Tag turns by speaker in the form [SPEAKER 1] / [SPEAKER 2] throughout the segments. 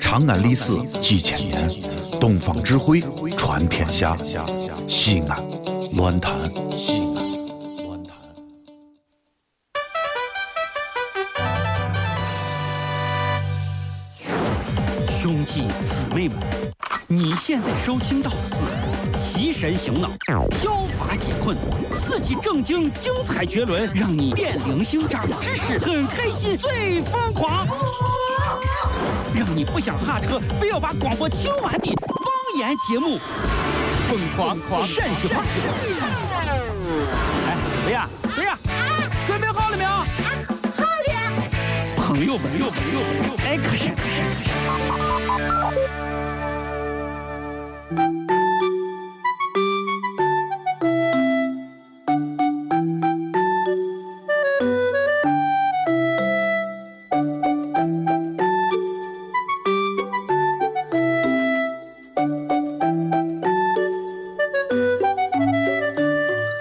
[SPEAKER 1] 长安历史几千年，东方智慧传天下。西安，乱谈西安，乱谈。
[SPEAKER 2] 兄弟姊妹们，你现在收听到的是提神醒脑、消乏解困、刺激正经、精彩绝伦，让你变零星、长知识、很开心、最疯狂，让你不想下车，非要把广播听完的方言节目，疯狂狂陕西话。哎，谁呀？谁呀？准备啊好了没有？朋友们，朋友们，朋友们，哎，可是可是可是。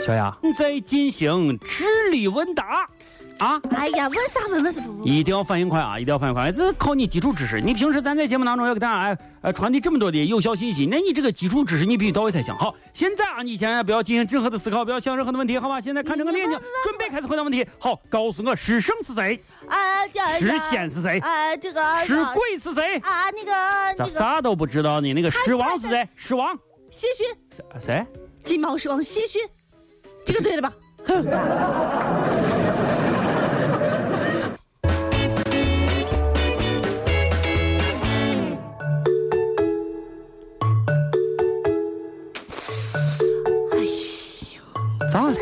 [SPEAKER 2] 小雅，嗯在进行智力问答啊！
[SPEAKER 3] 哎呀，问啥问问啥问问。
[SPEAKER 2] 一定要反应快啊！一定要反应快，这靠你基础知识。你平时咱在节目当中要给大家哎呃传递这么多的有效信息，那你这个基础知识你必须到位才行。好，现在啊，你先不要进行任何的思考，不要想任何的问题，好吧？现在看着我的眼睛，准备开始回答问题。好，告诉我师生是谁，
[SPEAKER 3] 啊，这
[SPEAKER 2] 师仙是谁，
[SPEAKER 3] 啊，这个
[SPEAKER 2] 师贵是谁？
[SPEAKER 3] 啊，那个
[SPEAKER 2] 咋
[SPEAKER 3] 那个
[SPEAKER 2] 啥都不知道呢？那个狮王是谁？狮王哎
[SPEAKER 3] 西勋，
[SPEAKER 2] 谁谁？
[SPEAKER 3] 金毛狮王西勋，这个对了吧？
[SPEAKER 2] 哎咋了？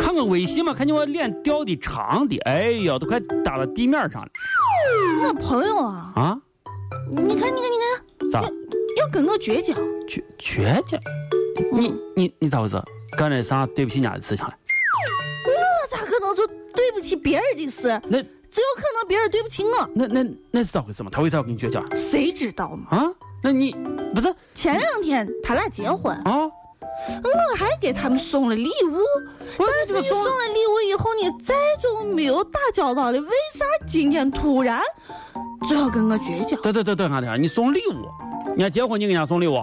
[SPEAKER 2] 看看微信嘛，看见我脸掉的长的，哎呀，都快搭到地面上了
[SPEAKER 3] 我朋友啊，
[SPEAKER 2] 啊！
[SPEAKER 3] 你看，你看，你看，
[SPEAKER 2] 咋
[SPEAKER 3] 要跟我绝交。
[SPEAKER 2] 倔倔强？你
[SPEAKER 3] 嗯
[SPEAKER 2] 你你咋回事？干了啥对不起人家的事情了？
[SPEAKER 3] 我咋可能就对不起别人的事？
[SPEAKER 2] 那
[SPEAKER 3] 只有可能别人对不起我，
[SPEAKER 2] 那那那是咋回事嘛？他为啥要跟你绝交啊
[SPEAKER 3] 谁知道嘛？
[SPEAKER 2] 啊？那你不是
[SPEAKER 3] 前两天他俩结婚，
[SPEAKER 2] 啊？
[SPEAKER 3] 我还给他们送了礼物，但
[SPEAKER 2] 这个
[SPEAKER 3] 是你
[SPEAKER 2] 送
[SPEAKER 3] 送了礼物以后呢，再就没有打交道了。为啥今天突然就要跟我绝交？
[SPEAKER 2] 等等等等啥的啊？你送礼物？人家结婚你给人家送礼物？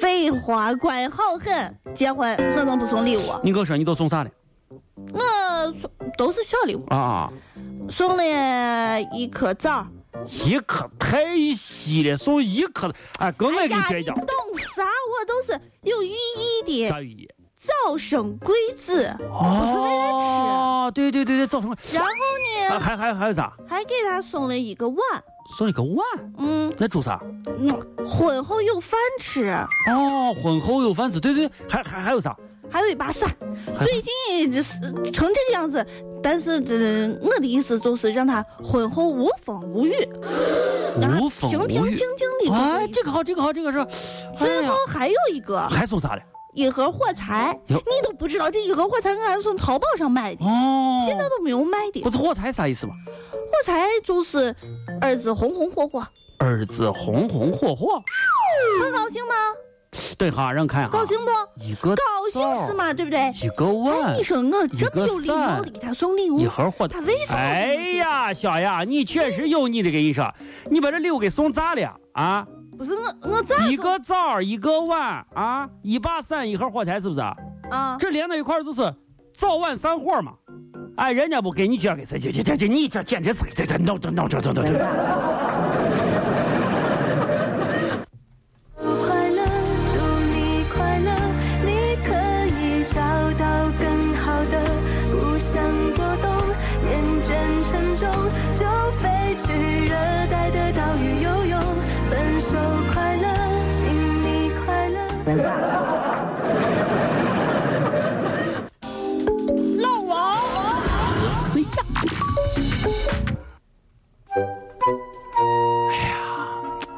[SPEAKER 3] 废话，关系好很，结婚我能不送礼物啊？
[SPEAKER 2] 你跟我说你都送啥了？
[SPEAKER 3] 我送都是小礼物，
[SPEAKER 2] 啊，
[SPEAKER 3] 送了一颗枣。
[SPEAKER 2] 一颗太稀了，送一颗，哎，跟我
[SPEAKER 3] 哎
[SPEAKER 2] 跟你
[SPEAKER 3] 呀，
[SPEAKER 2] 绝
[SPEAKER 3] 你
[SPEAKER 2] 交
[SPEAKER 3] 懂，啥？啊我都是有寓意的。
[SPEAKER 2] 啥寓意？
[SPEAKER 3] 早生贵子，哎不是为了吃。啊哎
[SPEAKER 2] 哦，对对对对，造成了。
[SPEAKER 3] 然后
[SPEAKER 2] 啊，
[SPEAKER 3] 呢，
[SPEAKER 2] 还还还有啥？
[SPEAKER 3] 还给他送了一个碗。
[SPEAKER 2] 送了个碗，
[SPEAKER 3] 嗯，
[SPEAKER 2] 那煮啥？
[SPEAKER 3] 嗯婚后有饭吃。
[SPEAKER 2] 哦，婚后有饭吃，对对，还还还有啥？
[SPEAKER 3] 还有一把伞。最近这是成这个样子，但是这我的意思就是让他婚后无风无雨，让
[SPEAKER 2] 无
[SPEAKER 3] 他
[SPEAKER 2] 风
[SPEAKER 3] 平
[SPEAKER 2] 无
[SPEAKER 3] 平
[SPEAKER 2] 雨
[SPEAKER 3] 静。静的。
[SPEAKER 2] 哎，这个好，这个好，这个是。哎
[SPEAKER 3] 最
[SPEAKER 2] 呀
[SPEAKER 3] 后，还有一个
[SPEAKER 2] 还送啥嘞？
[SPEAKER 3] 一盒火柴，
[SPEAKER 2] 哟
[SPEAKER 3] 你都不知道这一盒火柴我还是从淘宝上买的，
[SPEAKER 2] 哦，
[SPEAKER 3] 现在都没有卖的。
[SPEAKER 2] 不
[SPEAKER 3] 火
[SPEAKER 2] 是火柴啥意思嘛？
[SPEAKER 3] 柴就是儿子红红火火，
[SPEAKER 2] 儿子红红火火。
[SPEAKER 3] 很高兴吗？
[SPEAKER 2] 啊对哈，让看哈。
[SPEAKER 3] 高兴不？
[SPEAKER 2] 一个
[SPEAKER 3] 高兴是嘛？对不对？
[SPEAKER 2] 枣？一个
[SPEAKER 3] 哎，
[SPEAKER 2] 碗
[SPEAKER 3] 你，说我这么有礼
[SPEAKER 2] 一个
[SPEAKER 3] 貌
[SPEAKER 2] 伞
[SPEAKER 3] 的给他送礼物
[SPEAKER 2] 一，盒火柴
[SPEAKER 3] 他。为啥？
[SPEAKER 2] 哎，呀，小雅，你确实有你的跟你说，你把这礼物给送砸了啊！
[SPEAKER 3] 不是我，我咋
[SPEAKER 2] 一个枣儿，一个碗啊，一把伞，一盒火柴，是不是？
[SPEAKER 3] 说啊？
[SPEAKER 2] 这连到一块儿就是早晚散伙嘛。哎，人家不给你捐给谁？这这这这你这简直是这这闹这闹这这这这。
[SPEAKER 4] 快乐，祝你快乐，你可以找到更好的。不想过冬，厌倦沉重，就飞去热带的岛屿游泳。分手快乐，请你快乐。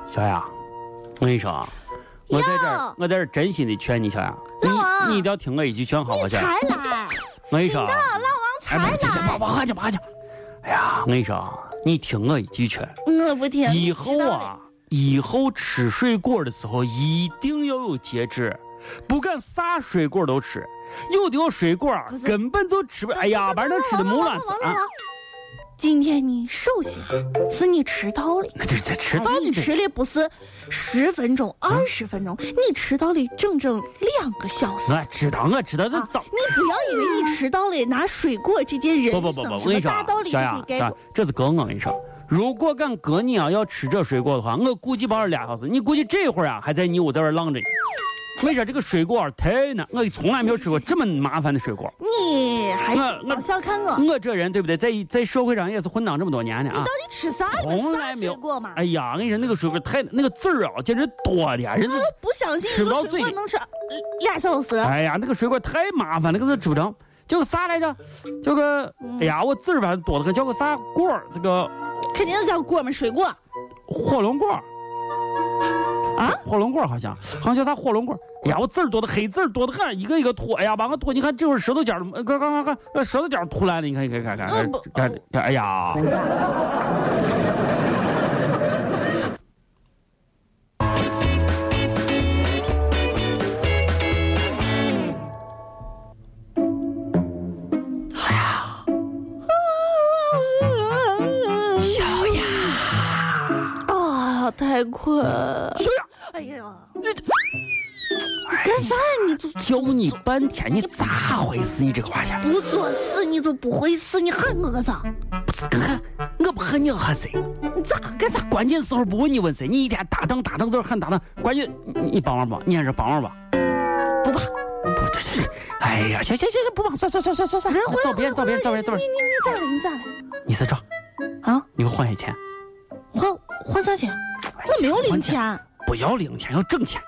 [SPEAKER 2] 小雅，我跟你说啊，我在这儿
[SPEAKER 3] 哟，
[SPEAKER 2] 我在这儿真心的劝你，小雅，
[SPEAKER 3] 老王
[SPEAKER 2] 你你一定要听我一句劝，好不好？小雅
[SPEAKER 3] 才来。
[SPEAKER 2] 我跟你说啊，
[SPEAKER 3] 老王才
[SPEAKER 2] 哎，不行行，
[SPEAKER 3] 来，
[SPEAKER 2] 不不喊去，不喊去。哎呀，我跟你说啊，你听我一句劝，
[SPEAKER 3] 我嗯不听。
[SPEAKER 2] 以后啊，以后吃水果的时候一定要有节制，不敢啥水果都吃。有的有水果啊
[SPEAKER 3] 不是
[SPEAKER 2] 根本就吃不，哎呀，
[SPEAKER 3] 你知道的，
[SPEAKER 2] 反正能吃的
[SPEAKER 3] 老
[SPEAKER 2] 木
[SPEAKER 3] 王
[SPEAKER 2] 乱
[SPEAKER 3] 老
[SPEAKER 2] 丝
[SPEAKER 3] 王老
[SPEAKER 2] 啊
[SPEAKER 3] 王！今天你瘦下来是你迟到了。
[SPEAKER 2] 那这这迟到
[SPEAKER 3] 哎
[SPEAKER 2] 你
[SPEAKER 3] 你
[SPEAKER 2] 这
[SPEAKER 3] 迟了不是十分钟、
[SPEAKER 2] 嗯
[SPEAKER 3] 二十分钟，你迟到了整整两个小时。
[SPEAKER 2] 我知道，我知道这
[SPEAKER 3] 啊
[SPEAKER 2] 早。
[SPEAKER 3] 你不要以为你迟到了拿水果这件人
[SPEAKER 2] 不不
[SPEAKER 3] 生
[SPEAKER 2] 不不，我
[SPEAKER 3] 什
[SPEAKER 2] 跟
[SPEAKER 3] 么
[SPEAKER 2] 你说
[SPEAKER 3] 大
[SPEAKER 2] 啊
[SPEAKER 3] 道，理就
[SPEAKER 2] 小杨，
[SPEAKER 3] 给改
[SPEAKER 2] 啊
[SPEAKER 3] 过。
[SPEAKER 2] 这是哥我跟你说，如果敢哥你啊要吃这水果的话，我估计不了俩小时，你估计这会儿啊还在你屋在这儿浪着呢。为啥这个水果太难？我从来没有吃过这么麻烦的水果。
[SPEAKER 3] 你还
[SPEAKER 2] 我我
[SPEAKER 3] 往小看啊 我，你
[SPEAKER 2] 我这人对不对，在在社会上也是混当这么多年呢啊
[SPEAKER 3] 到，底吃啥？你
[SPEAKER 2] 从
[SPEAKER 3] 们
[SPEAKER 2] 来
[SPEAKER 3] 啥
[SPEAKER 2] 没
[SPEAKER 3] 水
[SPEAKER 2] 有
[SPEAKER 3] 果嘛。
[SPEAKER 2] 哎呀，我跟你说那个水果太那个籽儿啊，简直多的呀，人家
[SPEAKER 3] 我都嗯不相信
[SPEAKER 2] 吃
[SPEAKER 3] 一
[SPEAKER 2] 到
[SPEAKER 3] 个水
[SPEAKER 2] 嘴
[SPEAKER 3] 果
[SPEAKER 2] 里
[SPEAKER 3] 能吃呃俩小时。
[SPEAKER 2] 哎呀，那个水果太麻烦了，可是吃不成。叫个啥来着？叫个
[SPEAKER 3] 嗯
[SPEAKER 2] 哎呀，我字儿反正多的很，叫个啥果儿？这个
[SPEAKER 3] 肯定叫果们水果。
[SPEAKER 2] 火龙果儿
[SPEAKER 3] 啊？嗯
[SPEAKER 2] 火龙果儿好像好像叫啥火龙果儿？哎呀，我字儿多的黑字儿多的很，一个一个吐。哎呀，把我吐！你看这会儿舌头尖儿呃都，看看看看，舌头尖儿吐烂了。你看，你看，看，看
[SPEAKER 3] 嗯不嗯
[SPEAKER 2] 看，看，看，哎呀！
[SPEAKER 3] 小雅啊，太困。
[SPEAKER 2] 小雅，
[SPEAKER 3] 哎呀，干啥呀？你就
[SPEAKER 2] 教你半天，你咋回事？你这个娃呀，
[SPEAKER 3] 不做事，你就不会事，你恨我干啥？
[SPEAKER 2] 不是个恨，我不恨你，我恨谁？
[SPEAKER 3] 你咋干啥？
[SPEAKER 2] 关键时候不问你问谁，你一天打档打档这儿喊打档，关键你你帮忙不？你还是帮忙吧？
[SPEAKER 3] 不怕？
[SPEAKER 2] 不，这是，哎呀，行行行行，不帮，算算算算算算
[SPEAKER 3] 来回，来
[SPEAKER 2] 走别人走别人走别人走
[SPEAKER 3] 你
[SPEAKER 2] 别
[SPEAKER 3] 你
[SPEAKER 2] 人，
[SPEAKER 3] 你咋了？你咋了？
[SPEAKER 2] 你是这，
[SPEAKER 3] 啊，
[SPEAKER 2] 你给我换些钱，嗯
[SPEAKER 3] 换换啥钱？我没有零钱，
[SPEAKER 2] 不要零钱，要挣钱，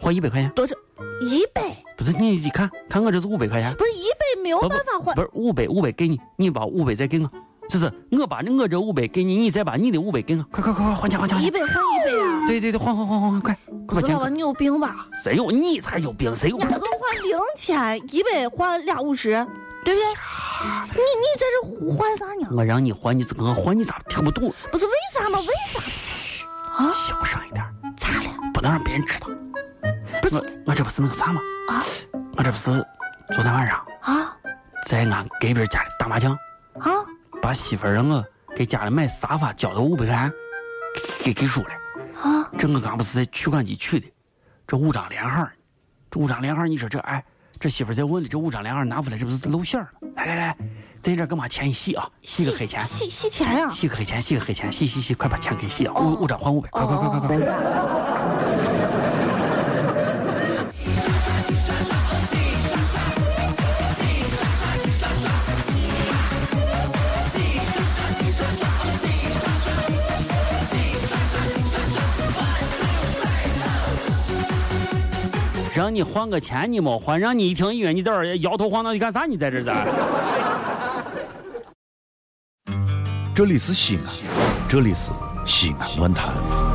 [SPEAKER 2] 换一百块钱，
[SPEAKER 3] 多少？一百？
[SPEAKER 2] 不是你你看看我这是五百块钱，
[SPEAKER 3] 不是一百没有
[SPEAKER 2] 不
[SPEAKER 3] 办法
[SPEAKER 2] 不
[SPEAKER 3] 换
[SPEAKER 2] 不。是五百五百给你，你把五百再给我，就是我把我这五百给你，你再把你的五百给我，快快快快换钱换钱，换
[SPEAKER 3] 一
[SPEAKER 2] 钱
[SPEAKER 3] 百换一百啊！
[SPEAKER 2] 对对对，换换换换换，快快把钱给
[SPEAKER 3] 老
[SPEAKER 2] 我，
[SPEAKER 3] 王，你有病吧？
[SPEAKER 2] 谁有你才有病，谁有
[SPEAKER 3] 哪
[SPEAKER 2] 病？
[SPEAKER 3] 个换零钱，一百换俩五十，对不对？你你在这胡换啥呢？
[SPEAKER 2] 我让你换，你就跟我换，你咋听不懂？
[SPEAKER 3] 不是为啥吗？为啥？啊
[SPEAKER 2] 小声一点，
[SPEAKER 3] 咋了？
[SPEAKER 2] 不能让别人知道。
[SPEAKER 3] 不是
[SPEAKER 2] 我我这不是那个啥吗？
[SPEAKER 3] 啊
[SPEAKER 2] 我这不是昨天晚上
[SPEAKER 3] 啊
[SPEAKER 2] 在俺隔壁家里打麻将，
[SPEAKER 3] 啊！
[SPEAKER 2] 把媳妇儿让我给家里买沙发交的五百块钱给给输了。
[SPEAKER 3] 啊！
[SPEAKER 2] 这我刚不是在取款机取的，这五张连号儿，这五张连号儿，你说这哎，这媳妇儿在问了，这五张连号儿拿出来，这不是露馅儿吗？来来来，在这儿给妈钱一洗啊，洗个黑钱，
[SPEAKER 3] 洗洗钱啊呀！
[SPEAKER 2] 洗个黑钱，洗个黑钱，洗洗洗，快把钱给洗啊！五五张换五百，快快快快快！让你换个钱你没换，让你一听音乐你在这儿摇头晃脑，你干啥？你在这儿在？
[SPEAKER 1] 这里是西安，这里是西安论坛。